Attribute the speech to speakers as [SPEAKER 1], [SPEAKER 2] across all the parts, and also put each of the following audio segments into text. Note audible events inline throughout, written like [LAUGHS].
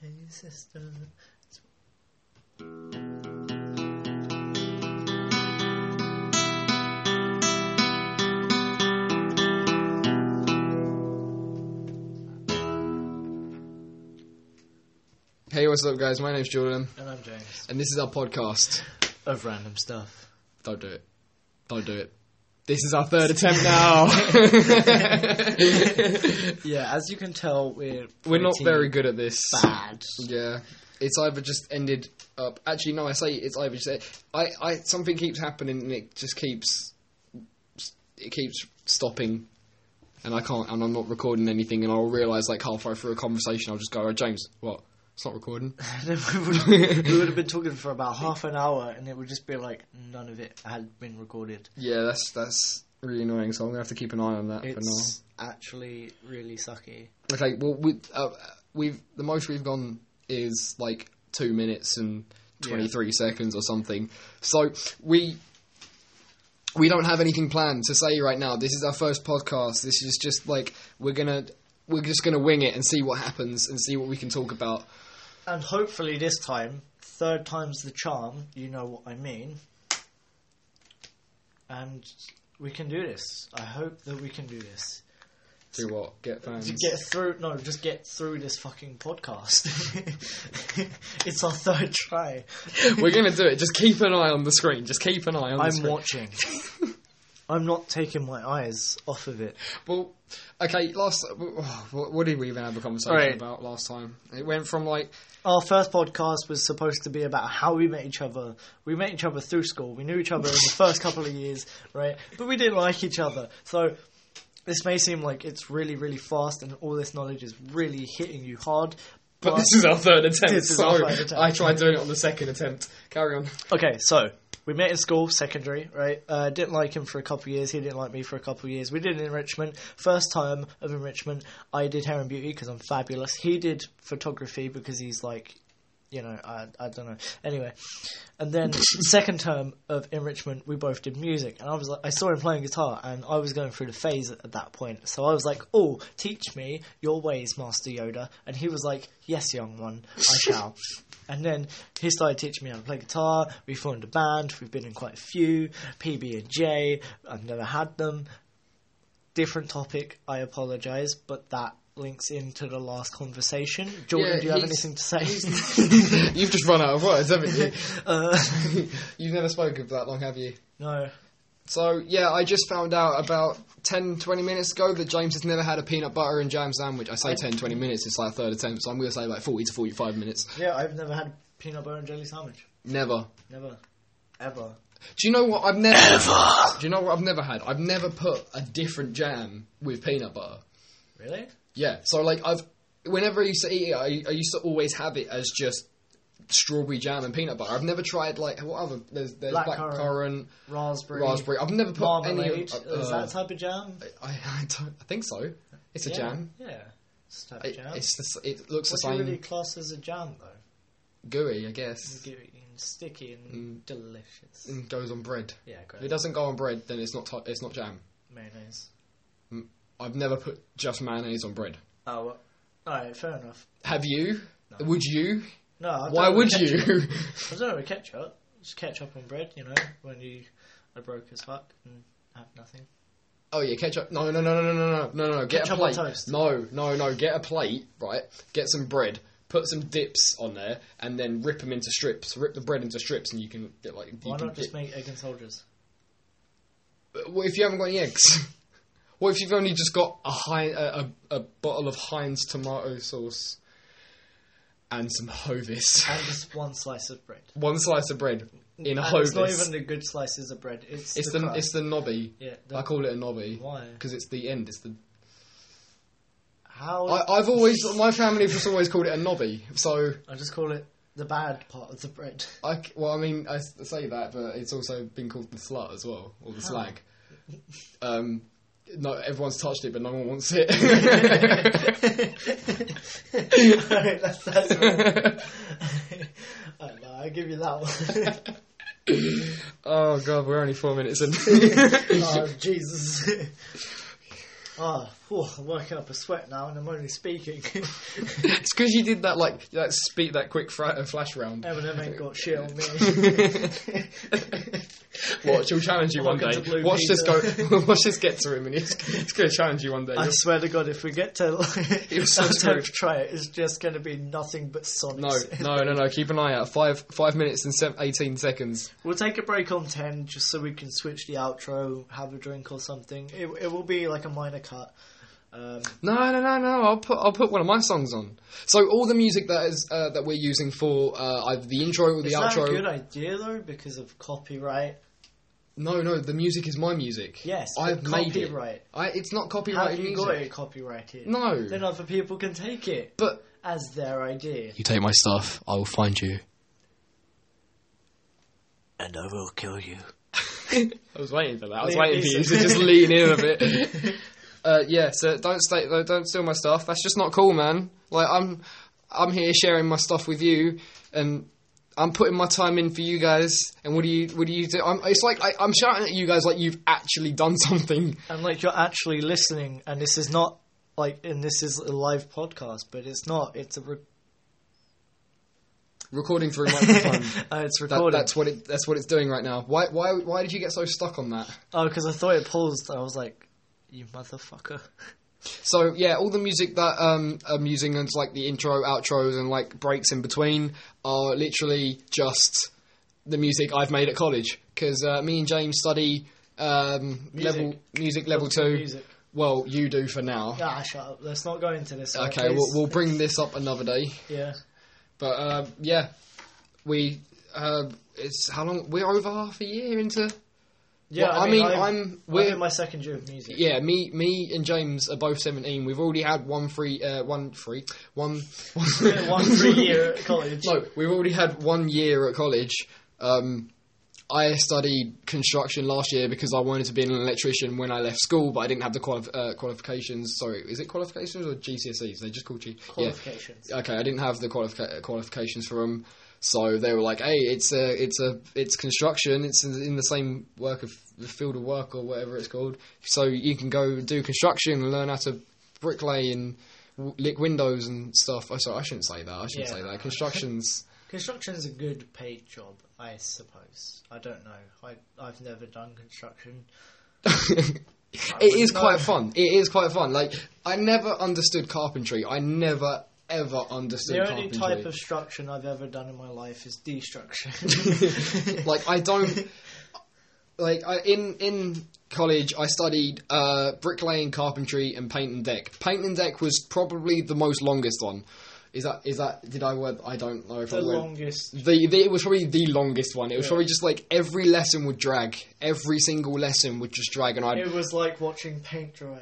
[SPEAKER 1] Hey sister.
[SPEAKER 2] Hey, what's up, guys? My name's Jordan,
[SPEAKER 1] And I'm James.
[SPEAKER 2] and this is our podcast.
[SPEAKER 1] Of random stuff.
[SPEAKER 2] Don't do it. Don't do it. This is our third attempt [LAUGHS] now.
[SPEAKER 1] Yeah, as you can tell, we're
[SPEAKER 2] We're not
[SPEAKER 1] pretty
[SPEAKER 2] very good at this. [LAUGHS]
[SPEAKER 1] bad.
[SPEAKER 2] Yeah, it's either just ended up. Actually, no, I say it's either just. I, I something keeps happening, and it just keeps. It keeps stopping, and I can't. And I'm not recording anything, and I'll realize like halfway through a conversation, I'll just go, oh, "James, what? It's not recording."
[SPEAKER 1] And then we would, we would have been talking for about half an hour, and it would just be like none of it had been recorded.
[SPEAKER 2] [LAUGHS] yeah, that's that's really annoying. So I'm gonna have to keep an eye on that for now.
[SPEAKER 1] It's actually really sucky.
[SPEAKER 2] Okay, well, we, uh, we've the most we've gone is like two minutes and
[SPEAKER 1] Yeah.
[SPEAKER 2] twenty three seconds or something. So we we don't have anything planned to say right now. This is our first podcast. This is just like we're gonna we're just gonna wing it and see what happens and see what we can talk about.
[SPEAKER 1] And hopefully this time, third time's the charm, you know what I mean. And we can do this. I hope that we can do this.
[SPEAKER 2] Do what? Get fans.
[SPEAKER 1] To get through, no, just get through this fucking podcast. [LAUGHS] it's our third try.
[SPEAKER 2] we're gonna do it. Just keep an eye on the screen. Just keep an eye [LAUGHS] on.
[SPEAKER 1] [LAUGHS]
[SPEAKER 2] the
[SPEAKER 1] I'm
[SPEAKER 2] screen.
[SPEAKER 1] watching. I'm not taking my eyes off of it.
[SPEAKER 2] Well, okay. Last, oh, what what did we even have a conversation
[SPEAKER 1] Alright.
[SPEAKER 2] about last time? It went from like
[SPEAKER 1] Our first podcast was supposed to be about how we met each other. We met each other through school. We knew each other in the first couple of years, right? But we didn't like each other. So this may seem like it's really, really fast and all this knowledge is really hitting you hard.
[SPEAKER 2] But this is our third attempt.
[SPEAKER 1] This is
[SPEAKER 2] so
[SPEAKER 1] our third attempt.
[SPEAKER 2] I tried doing it on the second attempt. Carry on.
[SPEAKER 1] Okay, so we met in school, secondary, right? Uh, didn't like him for a couple of years. He didn't like me for a couple of years. We did enrichment. First time of enrichment, I did hair and beauty because I'm fabulous. He did photography because he's like, you know, I, I don't know. Anyway, and
[SPEAKER 2] [LAUGHS]
[SPEAKER 1] then second term of enrichment, we both did music, and I was like, I saw him playing guitar, and I was going through the phase at that point. So I was like, "Oh, teach me your ways, Master Yoda," and he was like, "Yes, young one,
[SPEAKER 2] [LAUGHS]
[SPEAKER 1] I shall." And then he started teaching me how to play guitar. We formed a band. We've been in quite a few PB and J. I've never had them. Different topic. I apologise, but that links into the last conversation. Jordan,
[SPEAKER 2] Yeah,
[SPEAKER 1] do you have
[SPEAKER 2] he's-
[SPEAKER 1] anything to say?
[SPEAKER 2] [LAUGHS] You've just run out of words, haven't [LAUGHS] you?
[SPEAKER 1] uh,
[SPEAKER 2] You've never spoken for that long, have you?
[SPEAKER 1] no.
[SPEAKER 2] So, yeah, I just found out about 10, 20 minutes ago that James has never had a peanut butter and jam sandwich. I say 10, 20 minutes, it's like third attempt, so I'm going to say like 40 to 45 minutes.
[SPEAKER 1] Yeah, I've never had peanut butter and jelly sandwich.
[SPEAKER 2] Never.
[SPEAKER 1] Never. Ever.
[SPEAKER 2] Do you know what I've never... Ever! Do you know what I've never had? I've never put a different jam with peanut butter.
[SPEAKER 1] Really?
[SPEAKER 2] Yeah. So like I've whenever I used to eat it, I, I used to always have it as just strawberry jam and peanut butter. I've never tried like what other there's there's
[SPEAKER 1] Blackcurrant.
[SPEAKER 2] blackcurrant,
[SPEAKER 1] Raspberry.
[SPEAKER 2] raspberry. I've never put
[SPEAKER 1] Marmalade.
[SPEAKER 2] any.
[SPEAKER 1] is that
[SPEAKER 2] Uh,
[SPEAKER 1] a type of jam?
[SPEAKER 2] I, [LAUGHS] I don't. I think so. It's a
[SPEAKER 1] yeah.
[SPEAKER 2] jam.
[SPEAKER 1] Yeah. It's a type of
[SPEAKER 2] It,
[SPEAKER 1] jam.
[SPEAKER 2] it's the, s- it looks
[SPEAKER 1] What
[SPEAKER 2] the
[SPEAKER 1] do you
[SPEAKER 2] same
[SPEAKER 1] really class as a jam, though?
[SPEAKER 2] gooey, I guess.
[SPEAKER 1] Gooey and sticky and
[SPEAKER 2] Mm.
[SPEAKER 1] delicious.
[SPEAKER 2] And goes on bread.
[SPEAKER 1] Yeah,
[SPEAKER 2] If it
[SPEAKER 1] great.
[SPEAKER 2] doesn't go on bread, then it's not t- it's not jam.
[SPEAKER 1] Mayonnaise.
[SPEAKER 2] I've never put just mayonnaise on bread.
[SPEAKER 1] Oh, well. Alright, fair enough.
[SPEAKER 2] Have you? Would you?
[SPEAKER 1] No, I
[SPEAKER 2] Why
[SPEAKER 1] don't know
[SPEAKER 2] would
[SPEAKER 1] ketchup.
[SPEAKER 2] [LAUGHS] you?
[SPEAKER 1] I don't know ketchup. Just ketchup on bread, you know, when you are broke as fuck and have nothing.
[SPEAKER 2] Oh yeah, ketchup. No, no, no, no, no, no, no, no, no. Get
[SPEAKER 1] Ketchup
[SPEAKER 2] a plate.
[SPEAKER 1] on toast.
[SPEAKER 2] No, no, no. Get a plate. Right. Get some bread. Put some dips on there, and then rip them into strips. Rip the bread into strips, and you can get like. You
[SPEAKER 1] Why
[SPEAKER 2] can
[SPEAKER 1] not just
[SPEAKER 2] dip-
[SPEAKER 1] make egg and soldiers?
[SPEAKER 2] What if you haven't got any eggs? [LAUGHS] what if you've only just got a, high, a, a a bottle of Heinz tomato sauce and some hovis?
[SPEAKER 1] And just one slice of bread.
[SPEAKER 2] [LAUGHS] One slice of bread in
[SPEAKER 1] And
[SPEAKER 2] a
[SPEAKER 1] it's not
[SPEAKER 2] hovis.
[SPEAKER 1] even the good slices of bread. It's,
[SPEAKER 2] it's
[SPEAKER 1] the,
[SPEAKER 2] the,
[SPEAKER 1] crust.
[SPEAKER 2] it's the knobby.
[SPEAKER 1] yeah.
[SPEAKER 2] I
[SPEAKER 1] The,
[SPEAKER 2] call it a knobby
[SPEAKER 1] why?
[SPEAKER 2] because it's the end. It's the
[SPEAKER 1] How? I,
[SPEAKER 2] I, I've always my family has always called it a knobby. So
[SPEAKER 1] just call it the bad part of the bread. [LAUGHS]
[SPEAKER 2] [LAUGHS] I c well, I mean, I s- say that, but it's also been called the slut as well, or the slag. Um, no, everyone's touched it, but no one wants
[SPEAKER 1] [LAUGHS]
[SPEAKER 2] it.
[SPEAKER 1] Alright, that's that's. [LAUGHS] Alright, no, I'll give you that one. [LAUGHS] [LAUGHS]
[SPEAKER 2] oh god, we're only four minutes in.
[SPEAKER 1] oh Jesus. oh Oh, I'm working up a sweat now, and I'm only speaking. [LAUGHS]
[SPEAKER 2] It's because you did that like that speed that quick fr- uh, flash round.
[SPEAKER 1] Eminem ain't got shit on me.
[SPEAKER 2] [LAUGHS] Watch, he'll challenge you one
[SPEAKER 1] Welcome
[SPEAKER 2] day.
[SPEAKER 1] to Blue
[SPEAKER 2] Watch this go. [LAUGHS] Watch this get to him, and he's, he's going to challenge you one day. [LAUGHS]
[SPEAKER 1] I swear to God, if we get to like,
[SPEAKER 2] It was
[SPEAKER 1] [LAUGHS]
[SPEAKER 2] so
[SPEAKER 1] attempt
[SPEAKER 2] true.
[SPEAKER 1] to try it, it's just going to be nothing but [LAUGHS]
[SPEAKER 2] No,
[SPEAKER 1] sonics.
[SPEAKER 2] no, no, no. Keep an eye out. Five, five minutes and sev eighteen seconds.
[SPEAKER 1] We'll take a break on 10 just so we can switch the outro, have a drink or something. It, it will be like a minor cut. Um,
[SPEAKER 2] No, no, no, no. I'll put, I'll put one of my songs on. So all the music that is uh, that we're using for uh, either the intro or the
[SPEAKER 1] is that
[SPEAKER 2] outro.
[SPEAKER 1] a good idea though? Because of copyright.
[SPEAKER 2] No, no. The music is my music.
[SPEAKER 1] Yes,
[SPEAKER 2] I've
[SPEAKER 1] but
[SPEAKER 2] made it.
[SPEAKER 1] copyright.
[SPEAKER 2] I, it's not
[SPEAKER 1] How
[SPEAKER 2] copyrighted
[SPEAKER 1] you
[SPEAKER 2] music.
[SPEAKER 1] got it copyrighted?
[SPEAKER 2] No,
[SPEAKER 1] Then other people can take it
[SPEAKER 2] but
[SPEAKER 1] as their idea.
[SPEAKER 2] you take my stuff. I will find you.
[SPEAKER 1] And I will kill you.
[SPEAKER 2] I was waiting for that. I was
[SPEAKER 1] Liam
[SPEAKER 2] waiting for you to
[SPEAKER 1] Neeson.
[SPEAKER 2] just lean in a bit. [LAUGHS] Uh, yeah, so don't stay, though, don't steal my stuff. That's just not cool, man. Like I'm, I'm here sharing my stuff with you, and I'm putting my time in for you guys. And what do you, what do you do? I'm, it's like I, I'm shouting at you guys like you've actually done something.
[SPEAKER 1] And like you're actually listening, and this is not like, and this is a live podcast, but it's not. It's a
[SPEAKER 2] [LAUGHS]
[SPEAKER 1] re- [LAUGHS]
[SPEAKER 2] Recording through [LAUGHS] microphone.
[SPEAKER 1] uh, it's
[SPEAKER 2] that,
[SPEAKER 1] recorded.
[SPEAKER 2] that's what it. That's what it's doing right now. Why, why, why did you get so stuck on that?
[SPEAKER 1] Oh, because I thought it paused. I was like, you motherfucker.
[SPEAKER 2] So yeah, all the music that um, I'm using and like the intro, outros, and like breaks in between are literally just the music I've made at college because uh, me and James study um,
[SPEAKER 1] Music.
[SPEAKER 2] level music level
[SPEAKER 1] Lots of
[SPEAKER 2] two.
[SPEAKER 1] music.
[SPEAKER 2] Well, you do for now.
[SPEAKER 1] Ah, shut up. Let's not go into this. alright,
[SPEAKER 2] Okay, we'll,
[SPEAKER 1] please?
[SPEAKER 2] we'll bring this up another day.
[SPEAKER 1] Yeah.
[SPEAKER 2] But uh, yeah, we uh, it's how long we're over half a year into.
[SPEAKER 1] Yeah,
[SPEAKER 2] Well,
[SPEAKER 1] I mean,
[SPEAKER 2] I'm,
[SPEAKER 1] I'm,
[SPEAKER 2] we're,
[SPEAKER 1] we're in my second year of music.
[SPEAKER 2] Yeah, me, me, and James are both seventeen. We've already had one free, uh, one free, one, [LAUGHS] one, [LAUGHS]
[SPEAKER 1] One free year at college.
[SPEAKER 2] No, we've already had one year at college. Um, I studied construction last year because I wanted to be an electrician when I left school, but I didn't have the quali- uh, qualifications. Sorry, is it qualifications or GCSEs? E? They just call G. Yeah.
[SPEAKER 1] Qualifications.
[SPEAKER 2] Okay, I didn't have the qualifica- qualifications for them, so they were like, "Hey, it's a, it's a, it's construction. It's in, in the same work of the field of work or whatever it's called. So you can go do construction and learn how to bricklay and w- lick windows and stuff." Oh, sorry, I shouldn't say that. I shouldn't
[SPEAKER 1] Yeah.
[SPEAKER 2] say
[SPEAKER 1] [LAUGHS]
[SPEAKER 2] that. Construction's [LAUGHS]
[SPEAKER 1] Construction's a good paid job, I suppose. I don't know. I I've never done construction.
[SPEAKER 2] it is quite fun. It is quite fun. Like I never understood carpentry. I never ever understood
[SPEAKER 1] The only
[SPEAKER 2] carpentry.
[SPEAKER 1] type of structure I've ever done in my life is destruction.
[SPEAKER 2] [LAUGHS]
[SPEAKER 1] [LAUGHS]
[SPEAKER 2] like I don't like I, in in college I studied uh, bricklaying, carpentry, and paint and deck. Paint and deck was probably the most longest one. Is that is that did I word? I don't know if
[SPEAKER 1] the
[SPEAKER 2] I went.
[SPEAKER 1] longest.
[SPEAKER 2] The, the, it was probably the longest one. It was
[SPEAKER 1] Yeah.
[SPEAKER 2] probably just like every lesson would drag. Every single lesson would just drag, and I
[SPEAKER 1] It was like watching paint dry.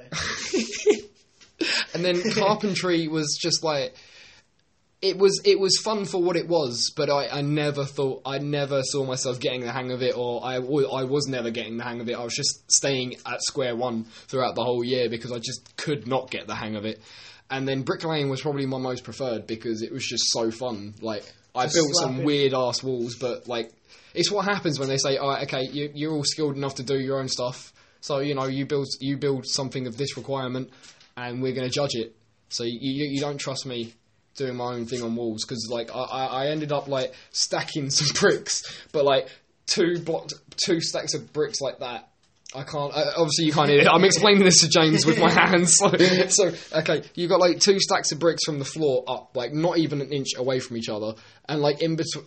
[SPEAKER 2] and then carpentry was just like it was it was fun for what it was but I, I never thought I never saw myself getting the hang of it or I, wa- I was never getting the hang of it I was just staying at square one throughout the whole year because I just could not get the hang of it and then bricklaying was probably my most preferred because it was just so fun like I
[SPEAKER 1] Just
[SPEAKER 2] built
[SPEAKER 1] slap
[SPEAKER 2] some
[SPEAKER 1] it.
[SPEAKER 2] weird ass walls but like it's what happens when they say all right okay you, you're all skilled enough to do your own stuff so you know you build you build something of this requirement and we're going to judge it. So you, you you don't trust me doing my own thing on walls because like I- I, I ended up like stacking [LAUGHS] some bricks, but like two blocks, two stacks of bricks like that. I can't. Uh, obviously, you can't hear it. I'm explaining this to
[SPEAKER 1] [LAUGHS]
[SPEAKER 2] James with my hands. [LAUGHS] So, so okay, you got like two stacks of bricks from the floor up, like not even an inch away from each other, and like in between.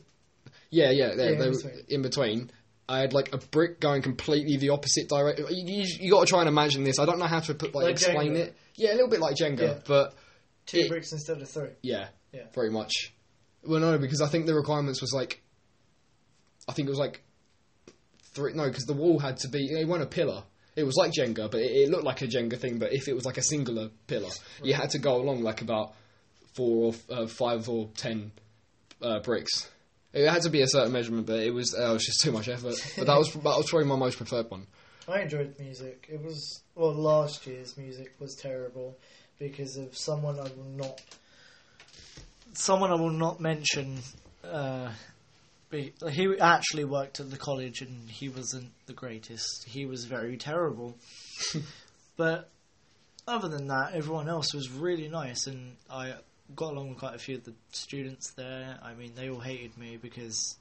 [SPEAKER 2] Yeah, yeah, yeah.
[SPEAKER 1] in
[SPEAKER 2] they were-
[SPEAKER 1] between.
[SPEAKER 2] in between. I had like a brick going completely the opposite direction. You, you, you got to try and imagine this. I don't know how to put like,
[SPEAKER 1] Like
[SPEAKER 2] explain
[SPEAKER 1] Jenga.
[SPEAKER 2] it. Yeah, a little bit like Jenga,
[SPEAKER 1] Yeah.
[SPEAKER 2] but
[SPEAKER 1] Two
[SPEAKER 2] It-
[SPEAKER 1] bricks instead of three.
[SPEAKER 2] yeah,
[SPEAKER 1] Yeah.
[SPEAKER 2] very much. Well, no, because I think the requirements was like, I think it was like three. No, because the wall had to be. It wasn't a pillar. It was like Jenga, but it, it looked like a Jenga thing. But if it was like a singular pillar, you had to go along like about four or uh, five or ten uh, bricks. It had to be a certain measurement, but it was uh, it was just [LAUGHS] too much effort.
[SPEAKER 1] [LAUGHS]
[SPEAKER 2] But that was that was probably my most preferred one.
[SPEAKER 1] I enjoyed music. It was well, last year's music was terrible because of someone I will not, someone I will not mention. Uh, be, he actually worked at the college, and
[SPEAKER 2] [LAUGHS]
[SPEAKER 1] he wasn't the greatest. He was very terrible, but other than that, everyone else was really nice, and I got along with quite a few of the students there. I mean, they all hated me because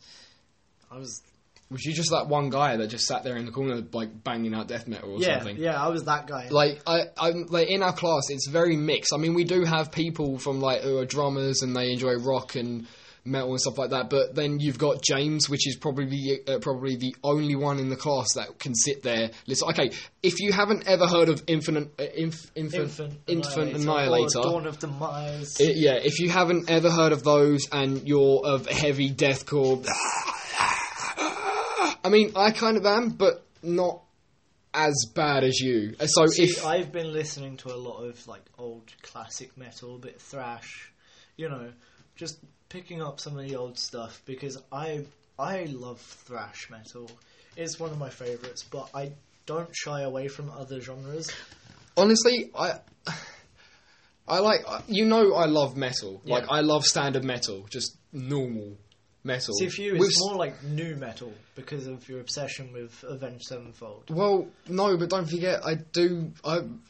[SPEAKER 1] I was
[SPEAKER 2] Was you just that one guy that just sat there in the corner, like banging out death metal or
[SPEAKER 1] yeah,
[SPEAKER 2] something?
[SPEAKER 1] yeah, I was that guy.
[SPEAKER 2] Like I, I'm like in our class, it's very mixed. I mean, we do have people from like who are drummers and they enjoy rock and metal and stuff like that. But then you've got James, which is probably uh, probably the only one in the class that can sit there. Listen, okay, if you haven't ever heard of Infinite uh, inf, infant,
[SPEAKER 1] Infant,
[SPEAKER 2] Infant
[SPEAKER 1] or
[SPEAKER 2] Annihilator,
[SPEAKER 1] Dawn of Demise.
[SPEAKER 2] it- yeah, if you haven't ever heard of those and you're of heavy deathcore, I mean, I kind of am, but not as bad as you. Uh, So
[SPEAKER 1] See,
[SPEAKER 2] if
[SPEAKER 1] I've been listening to a lot of like old classic metal, a bit thrash, you know, just picking up some of the old stuff because I I love thrash metal. It's one of my favorites, but I don't shy away from other genres.
[SPEAKER 2] honestly, I. I like you know I love metal. Like
[SPEAKER 1] Yeah.
[SPEAKER 2] I love standard metal, just normal metal.
[SPEAKER 1] See, for you, it's
[SPEAKER 2] With s-
[SPEAKER 1] more like new metal because of your obsession with Avenged Sevenfold.
[SPEAKER 2] Well, no, but don't forget, I do. I'm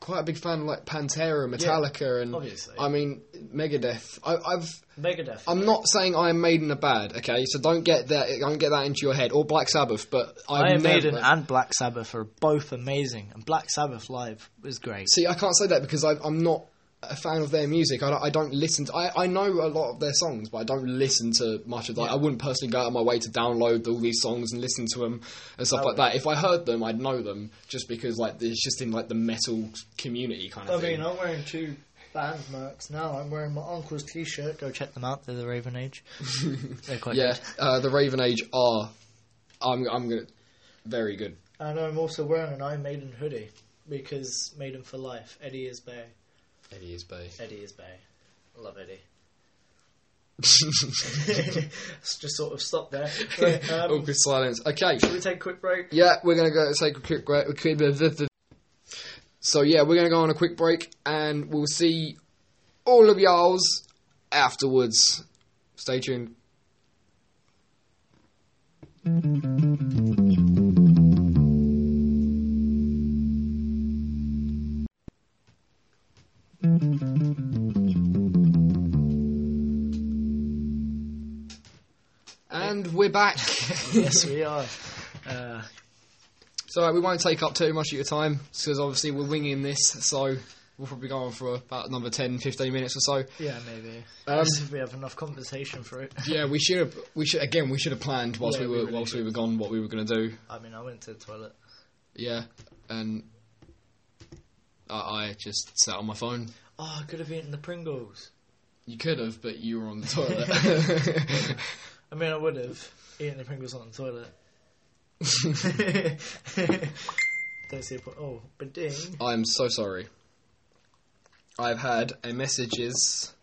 [SPEAKER 2] quite a big fan of like Pantera, Metallica, and
[SPEAKER 1] obviously.
[SPEAKER 2] I mean Megadeth. I, I've.
[SPEAKER 1] Megadeth.
[SPEAKER 2] I'm not saying Iron Maiden are bad, okay? So don't get that. Don't get that into your head or Black Sabbath. But I've
[SPEAKER 1] Iron
[SPEAKER 2] never,
[SPEAKER 1] Maiden and Black Sabbath are both amazing, and Black Sabbath live is great.
[SPEAKER 2] See, I can't say that because I, I'm not a fan of their music. I don't, I don't listen. To, I, I know a lot of their songs, but I don't listen to much of that. I wouldn't personally go out of my way to download all these songs and listen to them and stuff like that. If I heard them, I'd know them just because like it's just in like the metal community kind
[SPEAKER 1] I
[SPEAKER 2] of
[SPEAKER 1] mean,
[SPEAKER 2] thing.
[SPEAKER 1] I'm wearing two band mercs now. I'm wearing my uncle's t-shirt. Go check them out. They're the Raven [LAUGHS] Age. They're quite
[SPEAKER 2] yeah,
[SPEAKER 1] good.
[SPEAKER 2] uh, the Raven Age are. I'm I'm gonna very good.
[SPEAKER 1] And I'm also wearing an Iron Maiden hoodie because Maiden for life. Eddie is Bay.
[SPEAKER 2] Eddie is [LAUGHS] Bay.
[SPEAKER 1] Eddie is Bay. I love [LAUGHS] Eddie. It's just sort of stop [LAUGHS] there. Right, um,
[SPEAKER 2] Awkward silence. Okay.
[SPEAKER 1] Should we take a quick break?
[SPEAKER 2] Yeah, we're gonna go take a quick break. So yeah, we're gonna go on a quick break, and we'll see all of y'all's afterwards. Stay tuned. And we're back.
[SPEAKER 1] yes, we are. Uh,
[SPEAKER 2] So uh, we won't take up too much of your time because obviously we're winging this, so we'll probably go on for about another 10, 15 minutes or so.
[SPEAKER 1] yeah, maybe.
[SPEAKER 2] Um,
[SPEAKER 1] if we have enough conversation for it.
[SPEAKER 2] Yeah, we should have. We should again. We should have planned whilst
[SPEAKER 1] Yeah,
[SPEAKER 2] we were
[SPEAKER 1] we really
[SPEAKER 2] whilst we were gone what we were going to do.
[SPEAKER 1] I mean, I went to the toilet.
[SPEAKER 2] Yeah, and I, I just sat on my phone.
[SPEAKER 1] Oh, I could have eaten the Pringles.
[SPEAKER 2] You could have, but you were on the toilet.
[SPEAKER 1] I mean, I would have eaten the Pringles on the [LAUGHS]
[SPEAKER 2] [LAUGHS]
[SPEAKER 1] toilet. Don't see a point. Oh, but ding.
[SPEAKER 2] I'm so sorry. I've had a messages.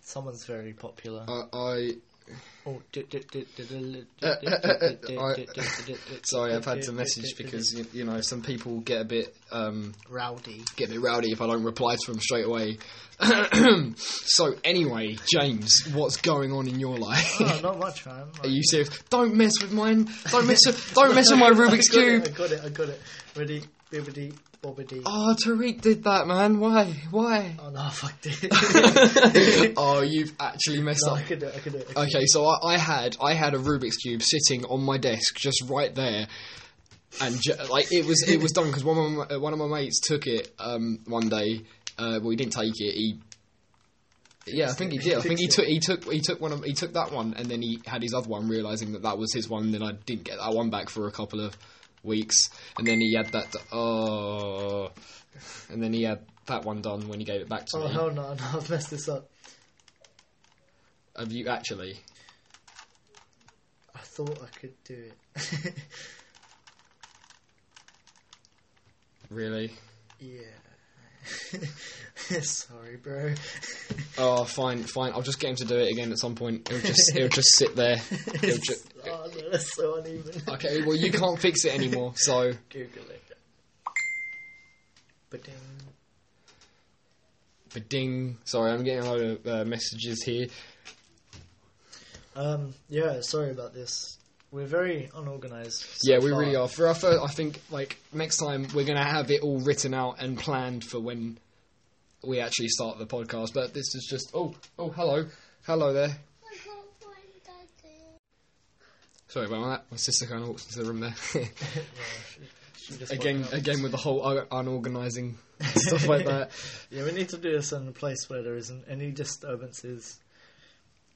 [SPEAKER 1] Someone's very popular.
[SPEAKER 2] I, uh, I
[SPEAKER 1] Oh,
[SPEAKER 2] Uh, [LAUGHS] sorry. I've had some message because you, you know some people get a bit um, [LAUGHS]
[SPEAKER 1] rowdy.
[SPEAKER 2] get a bit rowdy if I don't reply to them straight away. [COUGHS] so anyway, James, what's going on in your life?
[SPEAKER 1] Oh, not much, man.
[SPEAKER 2] [LAUGHS] Are you serious? Don't mess with mine. Don't mess with. Don't mess with my
[SPEAKER 1] I
[SPEAKER 2] Rubik's cube.
[SPEAKER 1] got it. I got it. Ready, bibbidi, bobbidi. Oh,
[SPEAKER 2] Oh, Tariq did that, man. Why? Why? [LAUGHS]
[SPEAKER 1] no, I fucked it.
[SPEAKER 2] oh, you've actually messed
[SPEAKER 1] no,
[SPEAKER 2] up.
[SPEAKER 1] I could do it. I could do it. I could do it.
[SPEAKER 2] Okay, so I, I had I had a Rubik's cube sitting on my desk, just right there, and ju- like it was it was done because one of my, uh, one of my mates took it um, one day. Uh, well, he didn't take it. He yeah, I think he did. I think he took he took he took one of he took that one, and then he had his other one, realizing that that was his one. Then I didn't get that one back for a couple of weeks, and then he had that. oh, and then he had that one done when he gave it back to
[SPEAKER 1] Oh,
[SPEAKER 2] me.
[SPEAKER 1] hell no, no, I've messed this up.
[SPEAKER 2] Have you actually?
[SPEAKER 1] I thought I could do it. [LAUGHS]
[SPEAKER 2] Really?
[SPEAKER 1] yeah. [LAUGHS] Sorry, bro. [LAUGHS]
[SPEAKER 2] Oh, fine, fine. I'll just get him to do it again at some point. It'll just, it'll just sit there. It'll ju-
[SPEAKER 1] oh, no, that's so uneven.
[SPEAKER 2] okay, well, you can't fix it anymore. So,
[SPEAKER 1] Google it. But ding.
[SPEAKER 2] but ding. Sorry, I'm getting a load of uh, messages here.
[SPEAKER 1] Um, yeah, sorry about this. We're very unorganized. so
[SPEAKER 2] yeah, we
[SPEAKER 1] far.
[SPEAKER 2] really are. For our first, I think like next time we're gonna have it all written out and planned for when we actually start the podcast. But this is just oh oh hello hello there. Sorry about that. My sister kind of walked into the room there. [LAUGHS]
[SPEAKER 1] She just
[SPEAKER 2] again
[SPEAKER 1] woke up.
[SPEAKER 2] again with the whole un- unorganising [LAUGHS] stuff like that.
[SPEAKER 1] Yeah, we need to do this in a place where there isn't any disturbances.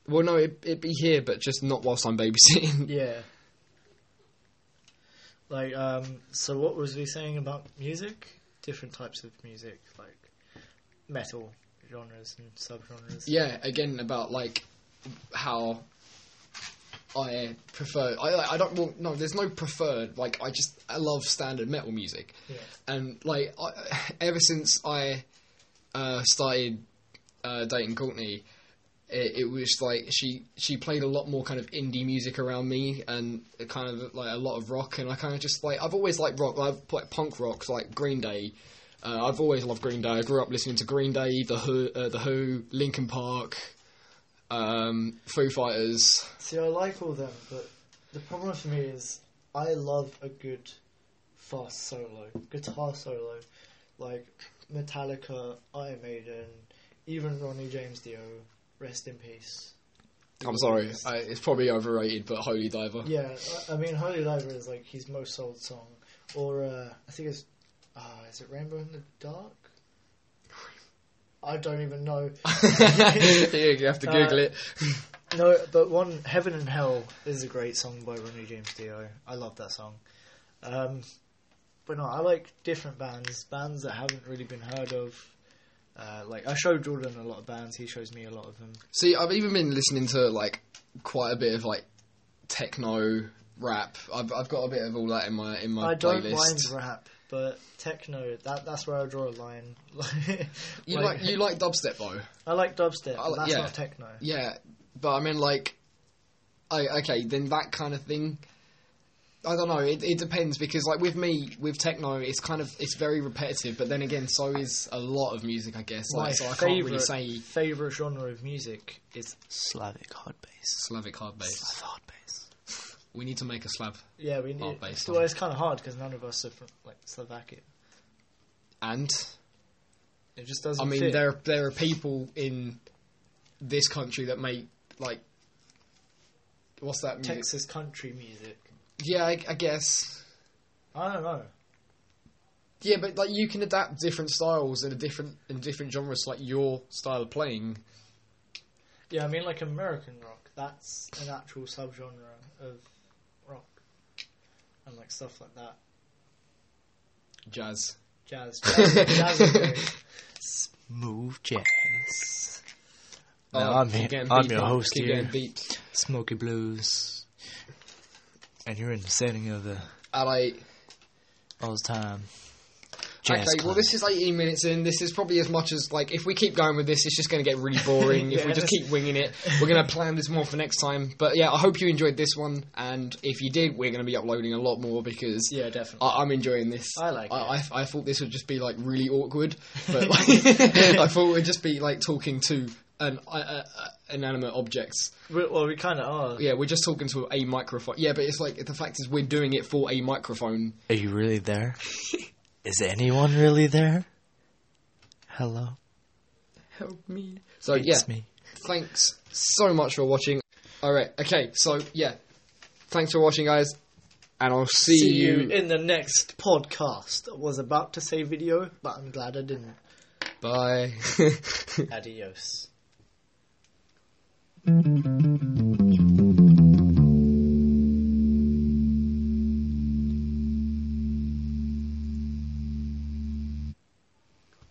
[SPEAKER 2] Well, no, it, it'd be here, but just not whilst I'm
[SPEAKER 1] [LAUGHS]
[SPEAKER 2] babysitting.
[SPEAKER 1] Yeah. Like, um, so what was we saying about music? Different types of music, like metal genres and subgenres.
[SPEAKER 2] yeah, again about like how I prefer. I I don't well, no. There's no preferred. Like I just I love standard metal music.
[SPEAKER 1] Yeah.
[SPEAKER 2] and like I, [SIGHS] ever since I uh, started uh, dating Courtney, it, it was like she she played a lot more kind of indie music around me and a kind of like a lot of rock, and I kind of just like I've always liked rock. I've played punk rock so, like Green Day. Uh, I've always loved Green Day. I grew up listening to Green Day, The Who, uh, The Who, Linkin Park, um, Foo Fighters.
[SPEAKER 1] See, I like all them, but the problem for me is I love a good fast solo, guitar solo, like Metallica, Iron Maiden, even Ronnie James Dio. Rest in peace.
[SPEAKER 2] I'm sorry, I, it's probably overrated, but Holy Diver. [LAUGHS]
[SPEAKER 1] Yeah, I, I mean, Holy Diver is like his most sold song, or uh, I think it's uh, is it Rainbow in the Dark? I don't even know.
[SPEAKER 2] you have to Google
[SPEAKER 1] Uh,
[SPEAKER 2] it.
[SPEAKER 1] No, but one Heaven and Hell is a great song by Ronnie James Dio. I love that song. Um, but no, I like different bands, bands that haven't really been heard of. Uh, like I show Jordan a lot of bands, he shows me a lot of them.
[SPEAKER 2] See, I've even been listening to like quite a bit of like techno rap. I've I've got a bit of all that in my in my
[SPEAKER 1] I don't
[SPEAKER 2] playlist.
[SPEAKER 1] mind rap, but techno that that's where I draw a line. [LAUGHS]
[SPEAKER 2] you
[SPEAKER 1] Like-
[SPEAKER 2] like you like dubstep though,
[SPEAKER 1] I like dubstep,
[SPEAKER 2] I
[SPEAKER 1] but
[SPEAKER 2] like-
[SPEAKER 1] that's
[SPEAKER 2] yeah.
[SPEAKER 1] not techno.
[SPEAKER 2] yeah. But I mean, like, I okay, then that kind of thing. I don't know. It, it depends because, like, with me, with techno, it's kind of it's very repetitive. But then again, so is a lot of music, I guess.
[SPEAKER 1] My
[SPEAKER 2] Like, so I can't really
[SPEAKER 1] favorite
[SPEAKER 2] say
[SPEAKER 1] favorite genre of music is Slavic hard bass.
[SPEAKER 2] Slavic hard bass.
[SPEAKER 1] hard bass.
[SPEAKER 2] We need to make a Slav
[SPEAKER 1] Yeah, we
[SPEAKER 2] Hard
[SPEAKER 1] need.
[SPEAKER 2] bass
[SPEAKER 1] Well,
[SPEAKER 2] on.
[SPEAKER 1] it's kind of hard because none of us are from like Slovakia.
[SPEAKER 2] and
[SPEAKER 1] It just doesn't.
[SPEAKER 2] I mean,
[SPEAKER 1] fit.
[SPEAKER 2] there are, there are people in this country that make like what's that? music?
[SPEAKER 1] Texas country music.
[SPEAKER 2] Yeah, I, I guess.
[SPEAKER 1] I don't know.
[SPEAKER 2] Yeah, but like you can adapt different styles and a different and different genres, like your style of playing.
[SPEAKER 1] Yeah, I mean, like American rock. That's an actual subgenre of rock, and like stuff like that.
[SPEAKER 2] Jazz.
[SPEAKER 1] Jazz, jazz, jazz is great. smooth jazz.
[SPEAKER 2] [LAUGHS] Oh, keep getting beeped, mate, keep getting beeped.
[SPEAKER 1] Smoky Blues. And you're in the setting of the
[SPEAKER 2] At like,
[SPEAKER 1] old time.
[SPEAKER 2] okay, well, this is 18 minutes in. This is probably as much as like if we keep going with this, it's just going to get really
[SPEAKER 1] [LAUGHS]
[SPEAKER 2] boring. if
[SPEAKER 1] Yeah,
[SPEAKER 2] we just
[SPEAKER 1] that's-
[SPEAKER 2] keep winging it, we're going to plan this more for next time. But yeah, I hope you enjoyed this one, and if you did, we're going to be uploading a lot more because
[SPEAKER 1] yeah, definitely.
[SPEAKER 2] I, I'm enjoying this.
[SPEAKER 1] I like
[SPEAKER 2] I, I, I thought this would just be like really awkward,
[SPEAKER 1] [LAUGHS]
[SPEAKER 2] but like, [LAUGHS] I thought we'd just be like talking to an uh, uh, inanimate objects.
[SPEAKER 1] We- well, we kind of are.
[SPEAKER 2] Yeah, we're just talking to a microphone. Yeah, but it's like the fact is we're doing it for a microphone.
[SPEAKER 1] Are you really there? is anyone really there? Hello,
[SPEAKER 2] Help me. So yeah,
[SPEAKER 1] me.
[SPEAKER 2] thanks so much for watching. All right, okay, so yeah, thanks for watching, guys, and I'll see,
[SPEAKER 1] See you in the next podcast. I was about to say video, but I'm glad I didn't.
[SPEAKER 2] [LAUGHS] Bye.
[SPEAKER 1] Adios.